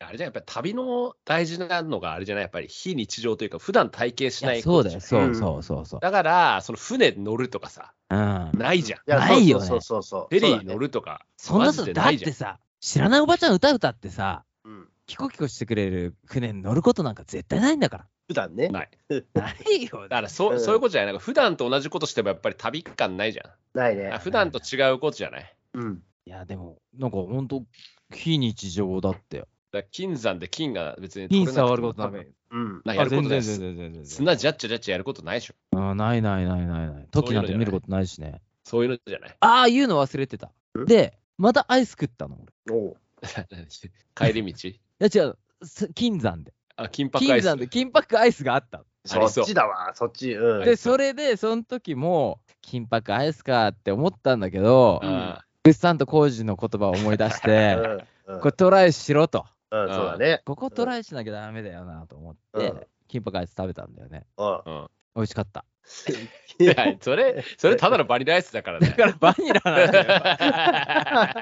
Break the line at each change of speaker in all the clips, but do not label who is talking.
あれじゃやっぱり旅の大事なのがあれじゃないやっぱり非日常というか普段体験し
い
な
や
い
そうだよ、
ことじゃ
そ
ないう
そうそうそう。
だからその船乗るとかさ
うん。
ないじゃん
や
ないよね
そうそうそうそ
フ
う。
ェリ
そうだ
ー
ね
乗るとか
そんな
マジ
さ、
で
だ
な
っ
いじゃん
てさ、知らないおばちゃん歌歌ってさ、
うん
キコキコしてくれる船に乗ることなんか絶対ないんだか
普段ね。
ない
ら。ないよ。
だからそ,、う
うん
そういうことじゃないなんか普段と同じことしてもやっぱり旅感ないじゃん
ない
あ
ね。
普段と違うことじゃない
うん。
いや、でも、なんか本当非日常だってよ。
だから金山で金が別に
金
取れなくても
触ることダメ。
うん。
なんかや
あ
ること
全
な
然
い
全
す
然全然全然。
砂ジャッチャジャッチャやることないでしょ
うんないないないないない。
そういうの
時なんて見ることないしね。
そういうのじゃない
ああ、言うの忘れてた。
ん
で、またアイス食ったの俺。
おう
帰り 道
いや違う、す金山で。
あ金箔ア
金
イス
山で金箔アイスがあった
あり
そ
そ
っ
う
ちだわ、そっち。う
の。
ん。
で、それで、その時も、金箔アイスかって思ったんだけど、
あ
グッサンとコージの言葉を思い出し
う
て、
ん。うん
これトライしろと。
うん、そうだね。
ここトライしなきゃダメだよなと思って、
うん
金箔アイス食べたんだよね。
うん。
うん
美味しかった。
いやそれそれただのバニラアイスだからね
だからバニラなんだよ。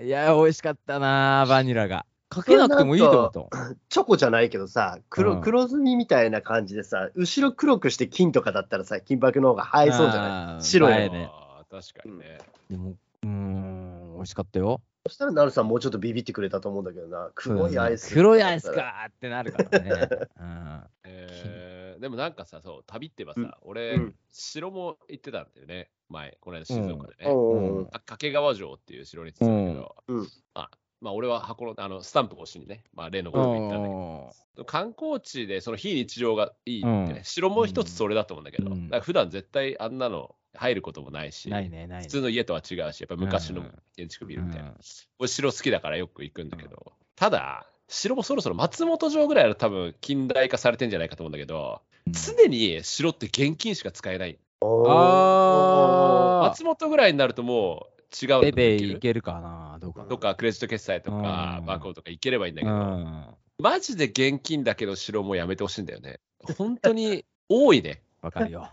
いや、美味しかったなバニラが。かけなくてもいいと思ったもん。
チョコじゃないけどさ、黒,、
うん
黒ずみみたいな感じでさ、後ろ黒くして金とかだったらさ、金箔の方が映えそうじゃない
あー
白いの
映えね。
あー確かにね、
でも、うーん、美味しかったよ。
そしたら、なるさんもうちょっとビビってくれたと思うんだけどな、黒いアイス。
黒いアイス。かーってなるから ね。うん、
えーでもなんかさそう旅ってばさ、
うん
俺、
うん
城も行ってたんだよね前この間静岡でね、
うん
あ掛川城っていう城に行ってたんだけど、
うんうん
あまあ俺は箱のあのスタンプをしにね、まあ、例のこと行ったんだけど
おー
観光地でその非日常がいいってね、
うん
城も一つそれだと思うんだけど、
うん
だから普段絶対あんなの入ることもないし
ないね、な
普
いね。
通の家とは違うしやっぱ昔
う
の
ん
建築ビルみたいな、
うん
俺城好きだからよく行くんだけど、ただ城もそろそろ松本城ぐらいの多分近代化されてんじゃないかと思うんだけど、常に城って現金しか使えない。
おー
あ
松本ぐらいになるともう違うの
ー、ペイペ
でき
イい
る
けるかなどうかな。
とかクレジット決済とか
うん
バーコードとかいければいいんだけ
う
ど、
ん。
マジで現金だけど城もやめてほしいんだよね。本当に多いね、
わかるよ。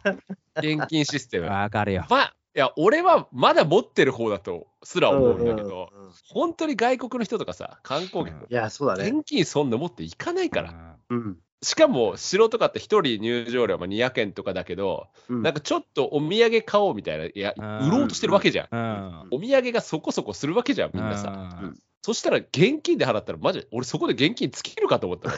現金シス テム。ま
わかるよ。
あ、いや、俺はまだ持ってる方だとすら思うんだけど、
うんうんうんい
本当に外国の人とかさ、観光客、
や、そうだね。
現金そんな持っていかないから。
うん。
しかも、城とかって1人入場料も200円とかだけど、
うん
なんかちょっとお土産買おうみたいな、いや、
うん
売ろうとしてるわけじゃん。
うん。
うん
お土産がそこそこするわけじゃん、みんなさ。
さ
うん
そしたら現金で払ったら、マジで、俺そこで現金尽きるかと思 ったの。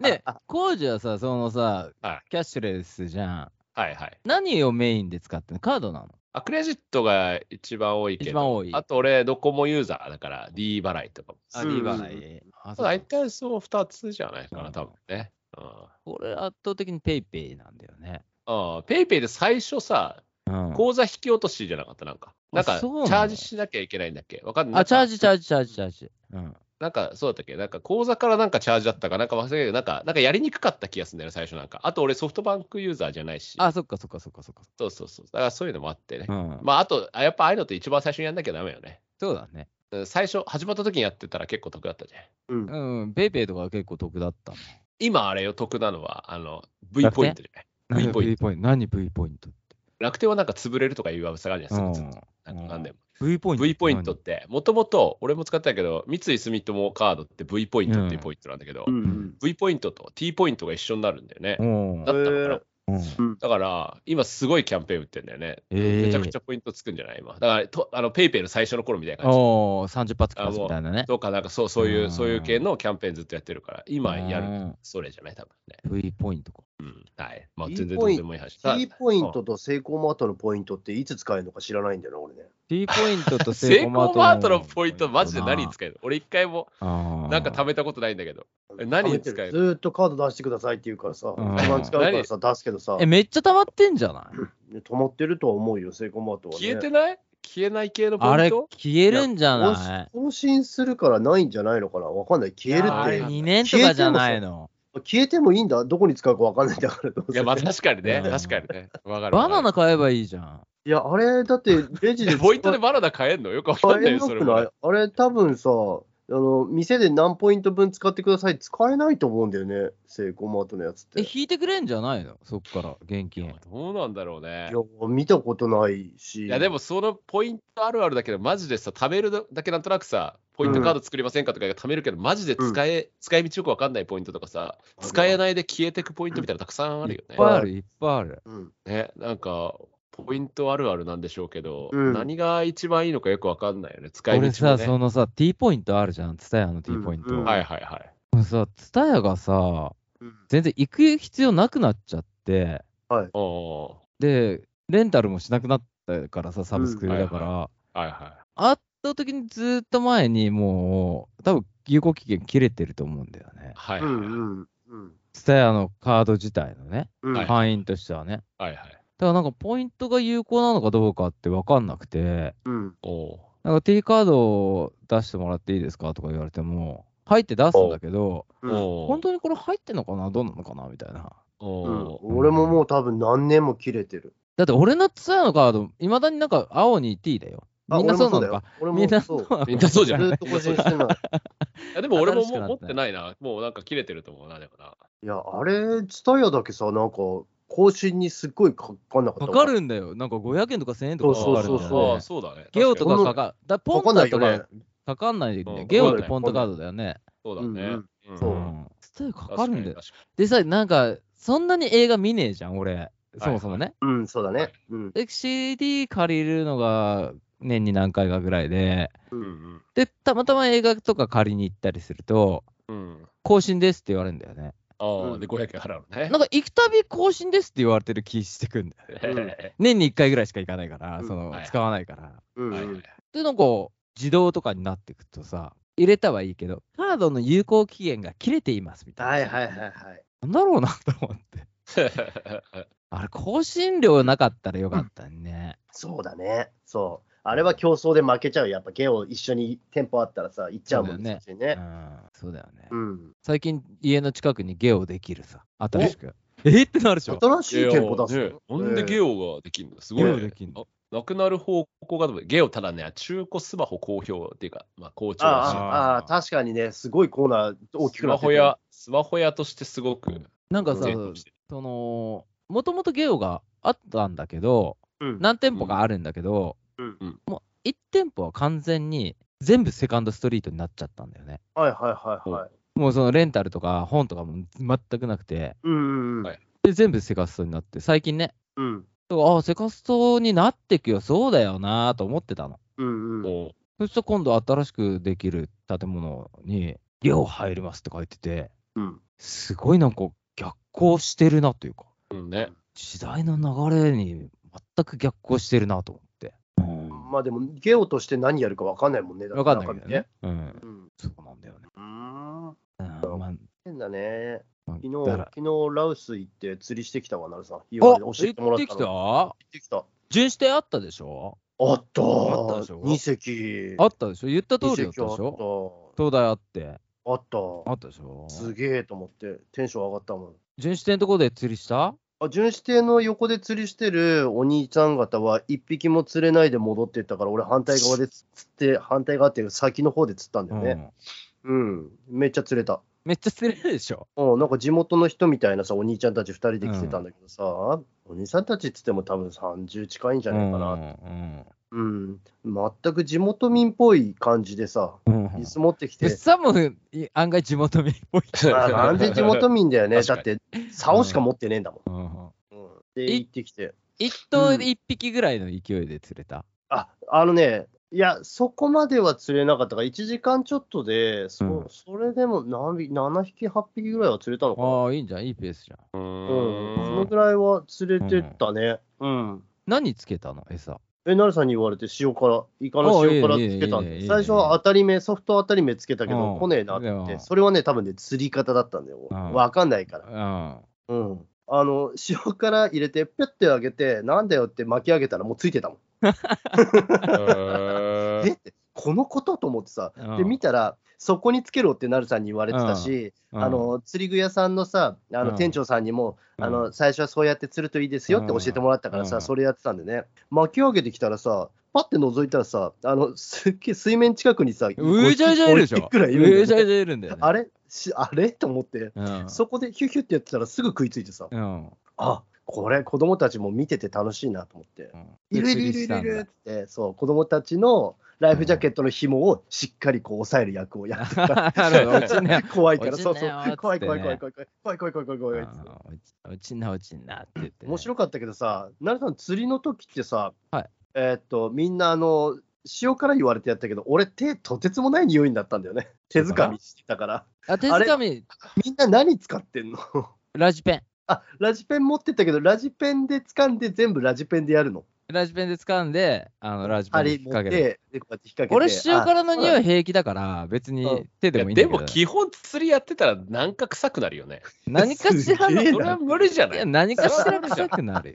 で、コージはさ、そのさ
は、
キャッシュレスじゃん。
はいはい。
何をメインで使ってんのカードなの
あ、クレジットが一番多いけ
一
ど、
番多い。
あと俺、ドコモユーザーだから、D 払いとかも。
あ、
うん
リバライ。あ、そう
大体そう2つじゃないか
う
な、
ん
多分ね。うん。
俺、圧倒的にペイペイなんだよね。
ああ、ペイペイで最初さ、
うん
口座引き落としじゃなかった、なんか。なんか、
あ
チ
そうなの
ャージしなきゃいけないんだっけわかんない。
あ、チャージ、チャ
ージ。
ージ、チャージ、チャージ。うん。
なんか、そうだったっけなんか、口座からなんかチャージだったかなんか忘れたけど、なんか、なんかやりにくかった気がするんだよね、最初なんか。あと、俺、ソフトバンクユーザーじゃないし。
あ、そっかそっかそっかそっか。
そうそうそう。だから、そういうのもあってね
う。ん。
まあ、あと、あやっぱ、ああいうのって一番最初にやんなきゃダメよね。
そうだね。
うん最初、始まった時にやってたら結構得だったじゃん。
うん
うん。ペイペイとかは結構得だったね。
今、あれよ、得なのは、あの、V ポイントじゃない。V
何
ポイン
V ポイント何 V ポイントって。
楽天はなんか潰れるとかいう噂があるじゃん、すぐずっとなんか何年も。
うん V ポイント。
V ポイントって、もともと俺も使ってたけど、三井住友カードって V ポイントっていうポイントなんだけど、
うん。
V ポイントと T ポイントが一緒になるんだよね。
何。
だったのかな、
へー
うん。
うん
だから、今すごいキャンペーン売ってんだよね。
ええ。
めちゃくちゃポイントつくんじゃない今。だから、とあのペイペイの最初の頃みたいな感じ。
おお、30発かみたいなね。
とか、なんかそうそういうう、
ん
そういう系のキャンペーンずっとやってるから、今やる、
る。
それじゃない、多分ね。
V ポイントか。
うん。はい。まあ、
T
全然ど
ポ
う
イン
でもいい話。
T ポイントとセイコーマートのポイントっていつ使えるのか知らないんだよな、俺ね。
T ポイ ントと
セイコーマートのポイント、マジで何に使える俺一回もな
なん
か貯めたことないんだけど。え何に使える
貯めてずーっとカード出してくださいって言うからさ、
うん
一番使うからさ、出すけどさ
え、、めっちゃ溜まってんじゃない
止まってるとは思うよ、セイコーマートは、ね。
消えてない消えない系のポ
あ
イン
れ、
ト
消えるんじゃない
更新するからないんじゃないのかなわかんない。消える
いやあれ
っ
2年とかじゃないの。
て。消えてもいいんだどこに使うかわかんないんだからどう
い
せ
や、まあ確かにね、
うん
確かにね。わかる。
バナナ買えばいいじゃん。
いや、あれ、だって、レジで
え
使 う。
ポイントでバナナ買えんのよくわか
買
んない
え
よ、
な
それ
く
も
な
ね
い。あれ、多分さ、あの、店で何ポイント分使ってください使えないと思うんだよね、セイコーマートのやつっ
え、
て。い
引いてくれんじゃないのそっから、現金。
どうなんだろうね
や。、見たことないし。
いや、でもそのポイントあるあるだけど、マジでさ、貯めるだけなんとなくさ、ポイントカード作りませんかとか貯めるけど、マジで使え、使い道よくわかんないポイントとかさ、使えないで消えてくポイントみたいなのたくさんあるよ
い
ね
っ。ぱいある、いっぱいある。
うん。
ね、なんか、ポイントあるあるなんでしょうけど、
うん
何が一番いいのかよくわかんないよね。使い道も、
俺
ね。
さ、そのさ、T ポイントあるじゃん、ツタヤの T ポイント。
うんうん
はいはいはい。
もうさ、ツタヤがさ、
うん
全然行く必要なくなっちゃって、
おお
で、レンタルもしなくなったからさ、サブスクだから、
うんーはいはい。
圧倒的にずっと前にもう、多分有効期限切れてると思うんだよね。
はいはい。
うんうんうん
ツタヤのカード自体のね、
うん。
はい
範囲としてはね。
はいはい。
だからなんかポイントが有効なのかどうかって分かんなくて、
うん
おお
なんか T カードを出してもらっていいですかとか言われても、入って出すんだけど、
ー。
うん
お
本当にこれ入ってんのかなどうなのかなみたいな。
お
うん
おー
俺ももう多分何年も切れてる。
だって俺のツアーのカード、いまだになんか青に T だよ。
あ
みんなそうなのか。。
俺
み
も
んな
そうだよ。
そう。
みんなそうじゃ
俺もず
ない
っと個人してな い。
いやでも俺もも
新しく
う
なった
持ってないな。もうなんか切れてると思うな、でもな。
いや、あれ、ツタヤだけさ、なんか、更新にすっごいかかんなかった。
かかるんだよ。なんか500円とか1000円とかか
そう
かるんだ
そう
よ、
そ
ね。
う
あーそうだね。
ゲオと
確
か
に
かかだポ
わか
ン
んな
タ
い
と
よ
か
ね。
かかんないでね、
うん
ゲオとポンタカードだよね。
そうだね。
うん
うん
そう
うん。ツアーかかるんだよ。
確かに
でさ、なんか、そんなに映画見ねえじゃん、俺。そもそもね。
うん、そうだね。うん。
で CD 借りるのが年に何回かぐらいで、
確かにうん
で、たまたま映画とか借りに行ったりすると、
うん。うん。
更新ですって言われるんだよね。
あ
う
あ、
ん
で、500円払うのね
な。んか行くたび更新ですって言われてる気してくんだよ。年に1回ぐらいしか行かないから、
うん
その
はい
使わないから。
うん
は
う
い
ん。
で、なんか自動とかになってくとさ、入れたはいいけど、カードの有効期限が切れていますみたいな。
はいはいはいはい。
なんだろうなと思って。あれ、更新料なかったらよかったね。
そうだね。そう。あれは競争で負けちゃう。やっぱゲオ一緒に店舗あったらさ、行っちゃうもんね。
う
ね
ん、そうだよね。
うん。
最近、家の近くにゲオできるさ、新しく。えってなるでしょ。
新しい店舗 出す
ねなんでゲオができるのすごい
ゲ
ね。
オできるの。
なくなる方向が、ゲオただね、中古スマホ好評っていうか、まあ、好調
あ
だ
あ
し
ー、
ああ、確かにね、すごいコーナー大き
ス
くな
マ
って
ホ屋、スマホ屋としてすごく、
なんかさ
成、功してる
その、もともとゲオがあったんだけど、
うん
何店舗かあるんだけど、
うん
うん
もう1店舗は完全に全部セカンドストリートになっちゃったんだよね。
はいはいはいはい。
もうそのレンタルとか本とかも全くなくて、
うんうんうん
はい
で全部セカストになって、最近ね、
うん
ああ、セカストになってくよ、そうだよなと思ってたの。
うんうん。
も
そしたら今度新しくできる建物に、ゲオ入りますって書いてて、
うん
すごいなんか逆行してるなというか。
う、うんね。
時代の流れに全く逆行してるなと思って。うん
まあでも、ゲオとして何やるか分かんないもんね。
わかんないけどね。。うん。
うん。
そうなんだよね。
うーん。
うんまあ
変だね。
まあ
昨日、
だから
昨日ラウス行って釣りしてきたわ、なるさん。言わ
あ
れて
行
教えてもら
っ
ってた
き
の。行
た
ってきた。
巡視艇あったでしょ
あった
あったでしょ
二隻。
あったでしょ言った
二
通り
隻
だったでしょ
ょ
東大あって。
あった。
あ
あっ
ったでしょ
た。すげえと思って、テンション上がったもん。
巡視艇のところで釣りした
あ巡視艇の横で釣りしてるお兄ちゃん方は一匹も釣れないで戻ってったから俺反対側で釣って反対側っていうか先の方で釣ったんだ
う
よね、
ん
うん、めっちゃ釣れた、
めっちゃ釣れるでしょ
うん、なんか地元の人みたいなさお兄ちゃんたち2人で来てたんだけどさ、お兄さんたちっつっても多分30近いんじゃないかな、
うん
うん全く地元民っぽい感じでさ
うんうん
椅子持ってき
物
て、
産もい案外地元民っぽい。
あなんで地元民だよねだ
確
っ
か
て竿しか持ってねえんだも
うんうん
ん、うん、で行ってきて
一頭で一匹ぐらいの勢いで釣れた。
あ、あのね、いや、そこまでは釣れなかったから、1時間ちょっとで、そ,、
うん
それでも何匹7匹、8匹ぐらいは釣れたのかな。
ああ、いいんじゃん。いいペースじ ゃん。
う
うんん、そのぐらいは釣れてったね。うん。
何つけたの餌。
え、なるさんに言われて、塩辛、イカの塩辛つけたん
あいいねいいねいい
で、
ね
最初は当たり目、ソフト当たり目つけたけ
う
ど、
ん
来ねえなって言っ
で
て、
も
それはね、多分ね、釣り方だったんだよ。
うん
わかんないから。
うん。
うん。あの、塩辛入れて、ぴゅってあげて、なんだよって巻き上げたら、もうついてたもん。 えって、このことと思ってさ、
うん
で見たら、そこにつけろってなるさんに言われてたし、
うん
あの釣り具屋さんのさ、あ
う
の
ん
店長さんにも、
うん
あの最初はそうやって釣るといいですよって教えてもらったからさ、
うん
それやってたんでね、巻き上げてきたらさ、パって覗いたらさ、あのすっげえ水面近くにさ、
うじゃうじゃいるでし
50匹
ょ。
くらいいうるん
じ
だ
ゃ
よ
うじゃいるんだよね。
あれしあれと思って、
うん。
そこでヒュヒュってやってたら、すぐ食いついてさ、
うん。
あこれ、子供たちも見てて楽しいなと思って。
うん
いるいるいるいるいるって、そう、子供たちのライフジャケットの紐をしっかりこう押さえる役を やってた。
なるほど、落ちんなよ。
怖いから、
落ち
そ
ん
う
な
そ
よっつって
う
ね。
怖い怖い怖い怖い怖い怖い怖い怖い怖い怖いっつって。
あー落ち落ちんな、落ちんなって言って、ね。
面白かったけどさ、奈良さん、釣りの時ってさ、
はい
えーっと、みんな、あの、塩から言われてやったけど、俺、手、とてつもない匂いになったんだよね。手づかみしてたから。
あ、手づかみ、
みんな何使ってんの
ラジペン。
あ、ラジペン持ってったけど、ラジペンで掴んで、全部ラジペンでやるの。
ラジペンで掴んで、あのラジペン
針
に引っ
持っ
掛けて。
て、で、こうやって引っ掛けて。
俺、塩
あ
辛の匂い平気だから、別に手
い
で
や
もいいんだ
で
けど
も、基本釣りやってたらなんか臭くなるよね。
何かしら
す
の、
げえ
そ
な
れは無理じゃ
い
な
や
い
何かしら臭くなるよ。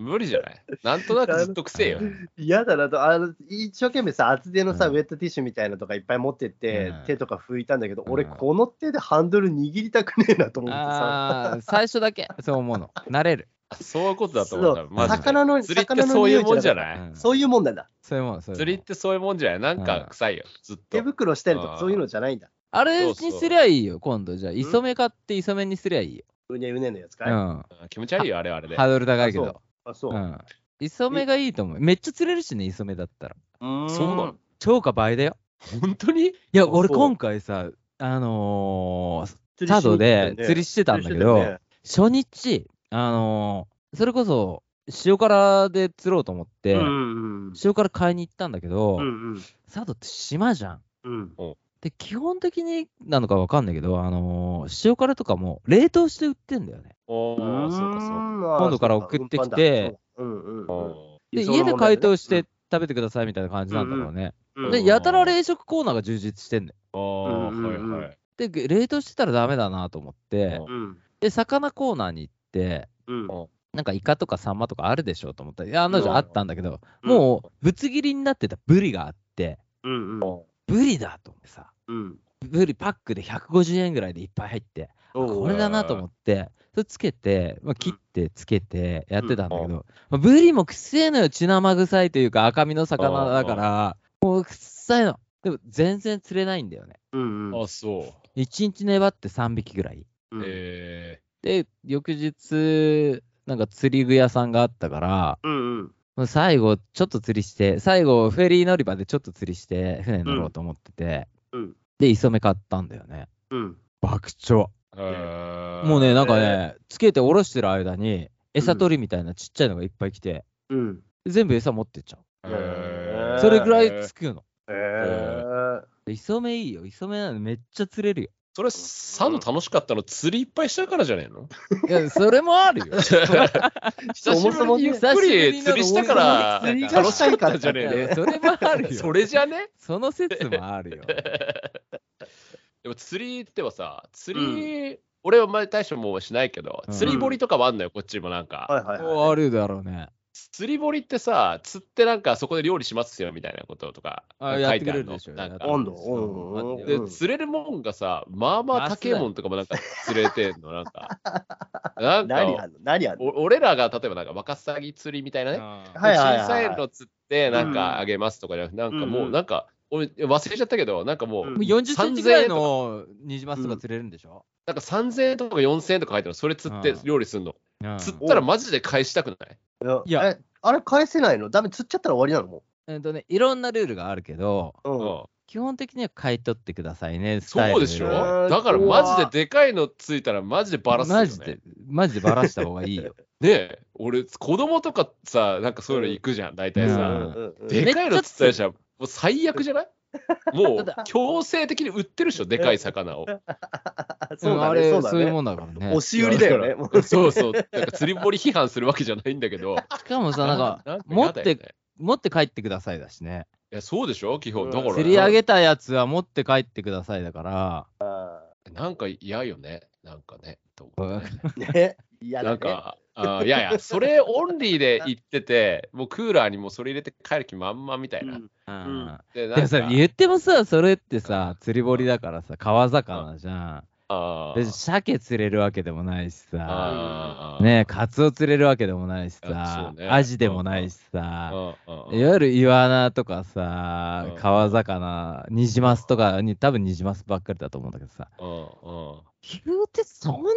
無理じゃないなんとなくずっと臭えよ。
嫌だなと、あの、一生懸命さ、厚手のさ、
うん
ウェットティッシュみたいなのとかいっぱい持ってって、
うん
手とか拭いたんだけど、俺、
うん
この手でハンドル握りたくねえなと思ってさ。
ああ、最初だけ、そう思うの。慣れる。
あそういうことだと思うな。
そう
マジで
魚の
釣りってそういうもんじゃ
い。
ない、
うん
そういうもんなんだ。
そういうもん、そういうもん
釣りってそういうもんじゃないなんか臭いよ、ずっ
手
と。
袋したりとかそういうのじゃないんだ。
あれにすりゃいいよ、今度。じゃあ、磯目買って磯目にすりゃいいよ。
うねうねのやつか
う
い、
ん。
あ気持ち悪いよ、あれはあれで。
ハードル高いけど。
あ、そうう。
ん。磯目がいいと思う。めっちゃ釣れるしね、磯目だったら。
うーん
そうなの
超過倍だよ。
本当に
いや、
そう
俺今回さ、あのー、佐渡
釣りしに行ったよね
で釣りしてたんだけ
釣
ど、
りしてたよね
初日、あのーそれこそ塩辛で釣ろうと思って、
うん
塩辛買いに行ったんだけど、
うんうん
佐渡って島じゃん。
うん
で、基本的になのかわかんないけど、あのー塩辛とかも冷凍して売ってんだよね。
おー、そうかそうか。
今
今度から送ってきて、
うんうんうん
お
で、
いやそ
家
う
で
なもんだよね
解凍して食べてくださいみたいな感じなんだろうね。
うん
で、やたら冷食コーナーが充実してんだよ。
ーおー、
うんうんうん
はいはい。
で、冷凍してたらダメだなと思って、
うん
で、魚コーナーに行って、
うん
なんかイカとかサンマとかあるでしょうと思ったら、いや、あのじ
うん
ゃあったんだけど、
うん
もうぶつ切りになってたブリがあって、
うんうん
ブリだと思ってさ、
うん
ブリパックで150円ぐらいでいっぱい入って、これだなと思って、それつけて、まあ、切ってつけてやってたんだけど、
うん
まあブリもくせえのよ、血生臭いというか赤身の魚だから、もうくっさいの。でも全然釣れないんだよね。
うんうん
あ、そ
1日粘って3匹ぐらい。
う。
うん
え
で、翌日、なんか釣り具屋さんがあったから、
うんうん
もう最後、ちょっと釣りして、最後、フェリー乗り場でちょっと釣りして、船乗ろうと思ってて、
うん
で、磯目買ったんだよね。
うん
爆鳥。
ーえー。
もうね、なんか
え
ね、つけて下ろしてる間に、餌取りみたいなちっちゃいのがいっぱい来て、
うん
全部餌持ってっちゃう。
えー、
へー
それぐらいつくの。
えー
で磯目いいよ。磯目なのめっちゃ釣れるよ。
それ、サンド楽しかったの釣りいっぱいしたからじゃねえの
いや、それもある よ。
そもそもね
ゆっくり釣りしたから
釣りが
楽しかったじゃ
い
ねえ
や
の
それもあ るよ。
それじゃね
その説も あるよ。
でも釣りってはさ、釣り、俺はあんまり大したもんはしないけど、
うん
釣り堀とかもあんのよ、こっちもなんか。
はいはいはい
もうあるだろうね。
釣り堀ってさ、釣ってなんかそこで料理しますよみたいなこととか
あ
書
やっ
いて
てく
あ
れ
る
る
の
でしょ。
なんか
やって温度
そう
う
あ
んくれ
で
る
で
うん
釣れるもんがさ、まあまあ高えもんとかもなんか釣れてんの、なん か。なん
何あ
か
んの何あんの
お、俺らが例えばなんかワカサギ釣りみたいなね、
はいはいはい
小さいの釣ってなんかあげますとかじゃなくて、なんかもうなんか、俺忘れちゃったけど、なんかもう、
うん
もう40センチぐらいのニジマスとか釣れるんでしょ、
なんか3000円とか4000円とか書いてあるの、それ釣って料理するの。
うん
釣ったらマジで返したくない
いや
えあれ返せないのダメ釣っちゃったら終わりなのも
えっとね、いろんなルールがあるけど、
ううん
うん
基本的には買い取ってくださいね、スタイ
そう
ル
でし
うわ
ょ
ー
だからマジででかいのついたらマジでバラすよ、ね。
マジで、マジでバラした方がい いよ。
ねえ、俺、子供とかさ、なんかそういうの行くじゃん、大体
う
さ。
ん
うんうん
でかいの釣ったりしたら、もう最悪じ ゃないもう
ただ
強制的に売ってるでしょ、でかい魚を。
あそう
あ
だね
れ
そ
そう
だ
ういう
ね
もんだからね
押。し売りだよねも う
そうそう、なんか釣り堀批判するわけじゃないんだけど。
しかもさ、なんか、持
嫌
っ
だよね
て、持って帰ってくださいだしね。
いや、そうでしょ、基
う
本。
ん
だから、
釣り上げたやつは持って帰ってくださいだから、
なんか嫌よね、なんかね。と思うね
ね嫌
な
だね
んか、あーいやいや、それオンリー で行ってて、もうクーラーにもうそれ入れて帰る気満々みたいな。
うん
でなん
でもさ、言ってもさ、それってさ、釣り堀
だ。
だからさ、川魚じ
あ
ゃん。
ー
で、鮭釣れるわけでもないしさ。
あー
ねえ、カツオ釣れるわけでもないし
あ
さ、
そうね
アジでもないしさ、
うんうんうん
いわゆるイワナとか
う
さ
ん、
川魚、ニジマスとかに、多分ニジマスばっかりだと思うんだけどさ、
うんうん
言うてそんなに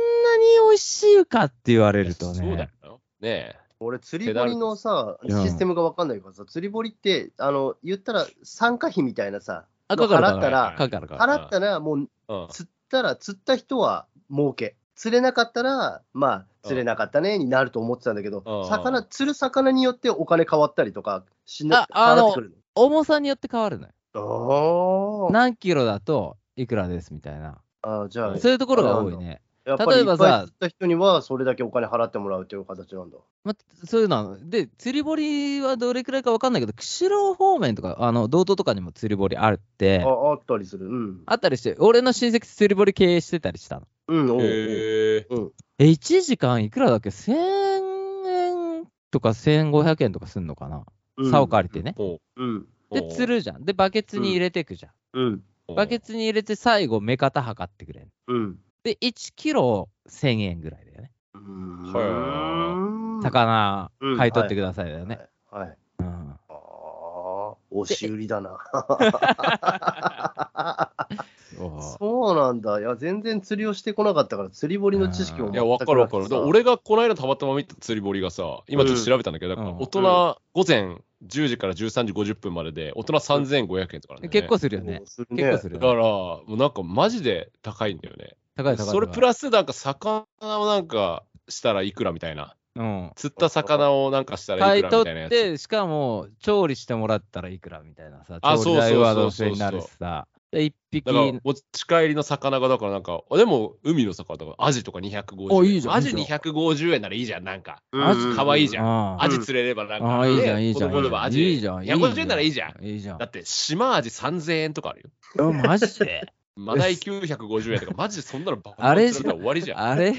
美味しいかって言われる
そう
と
だ
ね、
よ。ねえ。
俺、釣り堀のさ、システムが分かんないからさ、釣り堀って、あの、言ったら参加費みたいなさ、
あ、かかる
払ったら
かかるかかる。
払ったらもう
うん。
釣ったら、釣った人は儲け。釣れなかったら、まあ、釣れなかったね、になると思ってたんだけ
う
ど、
ん
魚、釣る魚によってお金変わったりとかしな、
ああ
変
の
わってくる
重さによって変わるのよ。
の。あ
何キロだといくらですみたいな。
ーあー、じゃあ、
そういうところが多いね。
やっぱり
例
い
えば
っ
さ
ぱい釣った人には、それだけお金払ってもらうという形なんだ。
まあ、そういうのはで、釣り堀はどれくらいか分かんないけど、釧路方面とか、あの道東とかにも釣り堀あるって、あ
ああったりする。うん。
ったりして、俺の親戚釣り堀経営してたりしたの。
うん、おうおう
へえ。
え、1時間いくらだっけ ?1000 円とか1500円とかすんのかな、
うん
竿借りてね。
ほ
うん。
う
で、釣。るじゃん。で、バケツに入れてくじゃん。
うん。
ほう
バケツに入れて最後、目方測ってくれる。
うん。
で、1キロ1000円ぐらいだよね。
うーん
魚
うん
買い取ってくださいだよね。
はい。はい
うん
ああ、押し売りだな。
そう
そうなんだ。いや、全然釣りをしてこなかったから、釣り堀の知識も
いや、
全くな
わ
くて
かるわかる。
さ
だから俺がこの間たまたま見た釣り堀がさ、今ちょっと調べたんだけど、
うん
だから
うん
大人、午前10時から13時50分までで、大人3500円とかなんだよね
結構するよね。
そうするね
結構する
だ
よ
か
ね
ら、もうなんかマジで高いんだよね。
高い高い高い。
それプラスなんか魚をなんかしたらいくらみたいな。
うん。
釣った魚をなんかしたら
買
い
い
くらみ
取
たいなやつ。
って、しかも調理してもらったらいくらみたいなさ、
あ
調理
そうそうそう
代
そう
はどうせになるしさ、で1匹
だから、持ち帰りの魚が、だからなんか、あでも、海の魚だから、アジとか250円。
おいいじゃん
ア
い
ジ
いじゃん
250円ならいいじゃん、なんか。
うん
マジ
可愛いじゃん
あ
アジ釣れればなんか、
あいいじゃん、いいじゃん。
子供でもアジ
いいじゃん。いいじゃん
250円ならいいじゃん。。
いいじゃん
だ。って、島アジ3000円とかあるよ。
あマジで
マダイ950円とか、マジでそんなのバカ
あれじゃん
釣れたら終わりじゃん。
あれ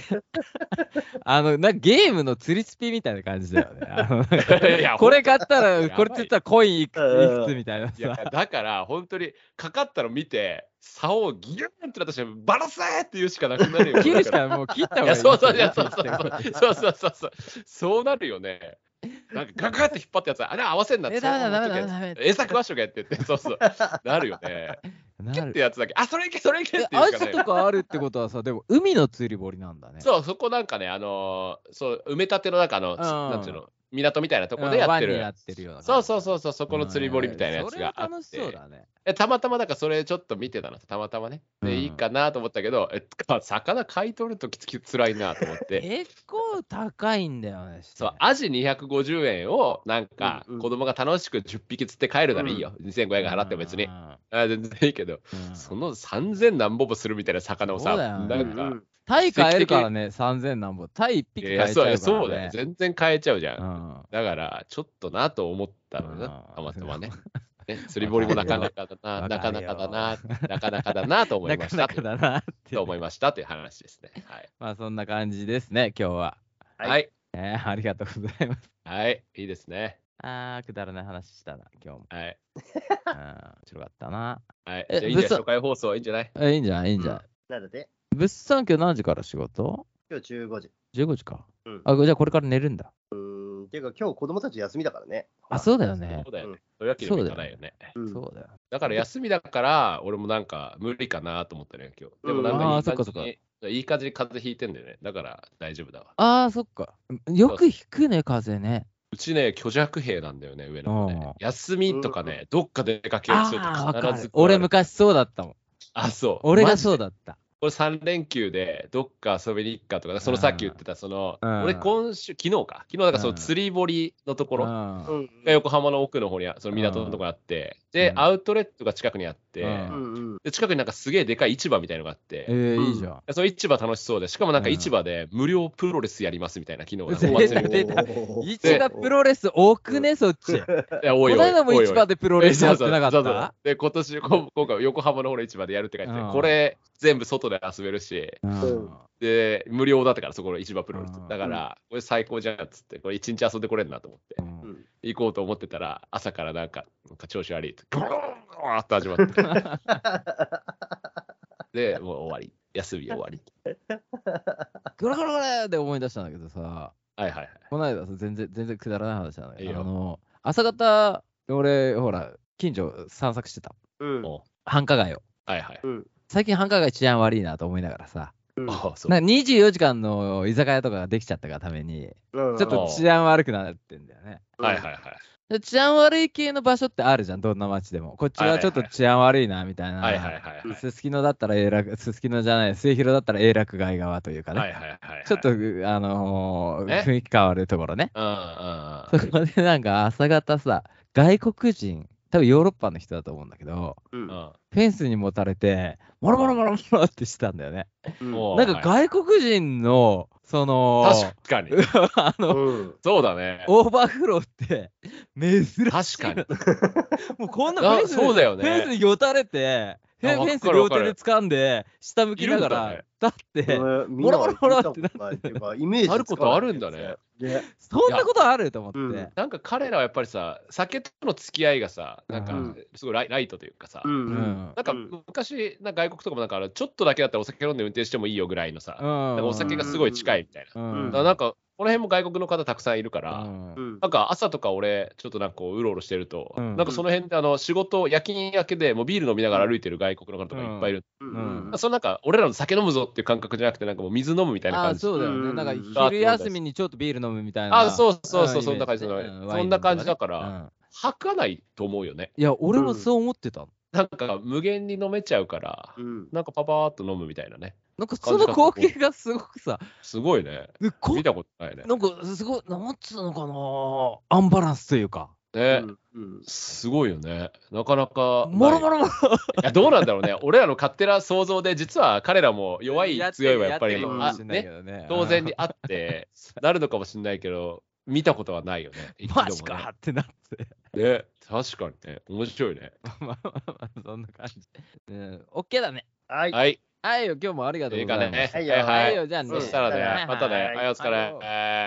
あの、なんかゲームの釣りスピみたいな感じだよ ねあの。
いや
これ買った
やば
ら、
い
これ釣ったらコインいく
うん
いくつみたいない
や
さ。、
だから、本当に、かかったの見て、竿をギューンってなった瞬間、バラせーって言うしかなくなる よ。
切るしかもう切った方
い
が
や、
いい。
そうそう、いや、そうそうそう、そうそうそう、そうなるよね。なん かガガって引っ張ったやつ、あれ合わせんなって、
えダメだ
そう
ダメだ
持っとけ
ダメだ
餌食わしとけって って、そうそう、なるよね。
な
切っ
る
てやつだけ、あ、それいけ、それいけっていう
ア
しか
ジ
ね
と。かあるってことはさ、でも海の釣り堀なんだね。
そう、そこなんかね、あのーそう、埋め立ての中の、
ん
なんていうの、港みたいなと
うん。
こでやって
湾にな
る。
ってるような
そ
感
う
じ。
そうそうそう、そこの釣り堀みたいなやつがあ
うん
っ
それは楽しそう
て。
だね。
えたまたまだからそれちょっと見てたの、たまたまね。
う
で、
ん
いいかなと思ったけど、え魚買い取るときつきつらいなと思 って。
結構高いんだよね。
そう、アジ250円をなんか
うんうん
子供が楽しく10匹釣って帰るならいいよ。2500円払っても別に。
う
あ
ん
ー全然いいけど、
うん
その3000何ボブするみたいな魚を
そ
さ、
うだよ
な
ね
んか、
タイ買えるからね、3000何本。タイ1匹
い
買えちゃ
や
う
そ
か
うい
ら、ね。
やそうだよ。全然買えちゃうじゃん。
うん
だから、ちょっとなと思ったのね、
うん
たまたま ね。ね釣り堀もなかなかだな、
わ
なか
か
な
るよ
かだな、なかなかだなと思い
な
ま
か
し
な
た。
かだなって。
と思いましたという話です ね。はい。
まあそんな感じですね、今日は。
はい
はい。
えーありがとうございます。
はい。いいですね。
あー、くだらない話したな、今日も。
はい。
うん、面白かったな。
はい。じゃ
え
あいいんじゃ
嘘
ない初回放送いいんじゃない
えいいんじゃないいいんじゃない、
なんだって、
物産今日何時から仕事
今日15時。
?15 時か。
うん
あ、じゃあこれから寝るんだ。
うん、ていうか、今日子供たち休みだからね。
あ、そうだよね
そ。うだよね
うん。
そういうわけにもいかないよね。
うん
そうだよ。
だから休みだから、俺もなんか無理かなと思ったね、今日。でもなん
うん
か
あ
い
ー
い感
そっ
じ
か
に、いい感じに風邪ひいてんだよね。だから大丈夫だわ。
あー、そっか。よく引くね、風ね。
うちね、虚弱兵なんだよね、上の子
うん
ね。休みとかね、どっか出かけようとする
ああー、
と
わか
必ず
る。俺
向
昔そうだったもん。
あ、そう。
俺がそう
だ。
だった。
俺3連休でどっか遊びに行くかとか、その
うん
さっき言ってた、その、
うん
俺今週、昨日か。昨日なんかそうの
ん
釣り堀のところが
うん
うん。
横浜の奥の方にあ、その港のところにあって、で
う、ん
アウトレットが近くにあって、
うん
うんうん。
で、近くになんかすげえでかい市場みたいのがあって、
えー、いいじゃん。
いやそれ市場楽しそうで、しかもなんか
うん
市場で無料プロレスやりますみたいな、昨日
う
なんんかお 祭りみ
出た市場プ
ロ。
ロレス多くね、そっ ち。こ
たいな。こ
の間も市場でプロレスやってなか
そう
っ
そうそう
た
で、今年、こ今回横浜の方の市場でやるって書いてて
うん、
これ全部外で遊べるし、
うん
そう
で、無料だったから、そこの市場プロレス
うん。
だから、これ最高じゃんっつって、これ一日遊んでこれんなと思って、
うん
ん
行こうと思ってたら、朝からなんか、なんか調子悪いって、ゴーッと始ま って、で、もう終わり。休み終わり。
ゴロゴロゴロで思い出したんだけどさ、
はいはいはい。
この間さ全然全然くだらない話なんだけ
いい
ど、
よ
あの朝方、俺、ほら、近所散策してた。
うん。
も
繁華街を。
う、はいはい。
うん。
最近繁華街治安悪いなと思いながらさ、
あそう
なんか24時間の居酒屋とかができちゃったがために、
ょ
ちょっと治安悪くなってんだよね。
はいはいはい。
で治安悪い系の場所ってあるじゃん、どんな街でも。こっちはちょっと治安悪いな、みたいな。
はいはいはいはい。
すすきのだったら永楽、すすきのじゃない、末広だったら永楽街側というかね、
はいはいはいはい。
ちょっと、
う
あ
んうん
のー
ね
雰囲気変わるところね。
うん。
そこでなんか朝方さ、外国人、多分ヨーロッパの人だと思うんだけど、
うん
うん
フェンスにもたれて、もろもろもろもろってしたんだよね。
うん
も
なんか外国人の、その、
確かに。
あの、
うん
そうだね。
オーバーフローって、珍しい。
確かに。
もうこんな
あ
フェンス、
そうだよね
フェンスによたれて、フェ
あわ
フ
か
ェ
る
ンス両手で掴んで、下向きながら、
いるん
立って、
うん
ボロボロボロってなって
見たことないっていうか、イメージつかない
あることあるんだね。
ね
そんなことあると思って。
うん
なんか彼らはやっぱりさ、酒との付き合いがさ、なん
う
か
ん
すごいライライトというかさ、
うんう。
うんん
なんか
うん
昔、なんか外国とかもなんかあのちょっとだけだったらお酒飲んで運転してもいいよぐらいのさ、なんかお酒がすごい近いみたいな。だ
うん
からなんか、この辺も外国の方たくさんいるから、
うん
うん
なんか朝とか俺、ちょっとなんかこううろうろしてると、
うん
なんかその辺であの仕事、夜勤明けでもうビール飲みながら歩いてる外国の方とかいっぱいいる。
う
うん
なんかそのなんか、俺らの酒飲むぞっていう感覚じゃなくて、なんかもう水飲むみたいな
あ
感
あ
じ。
そうだよね。
うん
なんか昼休みにちょっとビール飲むみたいな。
あそうそうそう、
ん
そんな感じ、
イメージね
そんな感じだか。
うんワイ
ら、
ンと
吐かないと思うよね。
うんいや、俺もそう思ってたの。
なんか無限に飲めちゃうから、
うん
なんかパパーっと飲むみたいなね。
なんかその光景がすごくさ、
すごいね。
でこ
見たことないね。
なんかすごい、なんつうのかな、アンバランスというか、
ね
うん
すごいよね。なかなかない。
もろもろも
い
ろ
やどうなんだろうね。 俺らの勝手な想像で、実は彼らも弱い、強いはやっぱり、
るかも
あ
し
ね、当然にあって、なるのかもしれないけど、見たことはないよね。一度も
マ
ね
ジかってなって。
ね、確かにね。面白いね。
まあまあまあ、そんな感じ。うん、オッケーだね。
はい。
はい。
はいよ、今日もありがとう
い
ご
いか
ざいます。
ね。
はい
はい
は
はいい。
よ、じゃあね。
そしたら
はい
ね、またね。はい、お疲れ。
はい
えー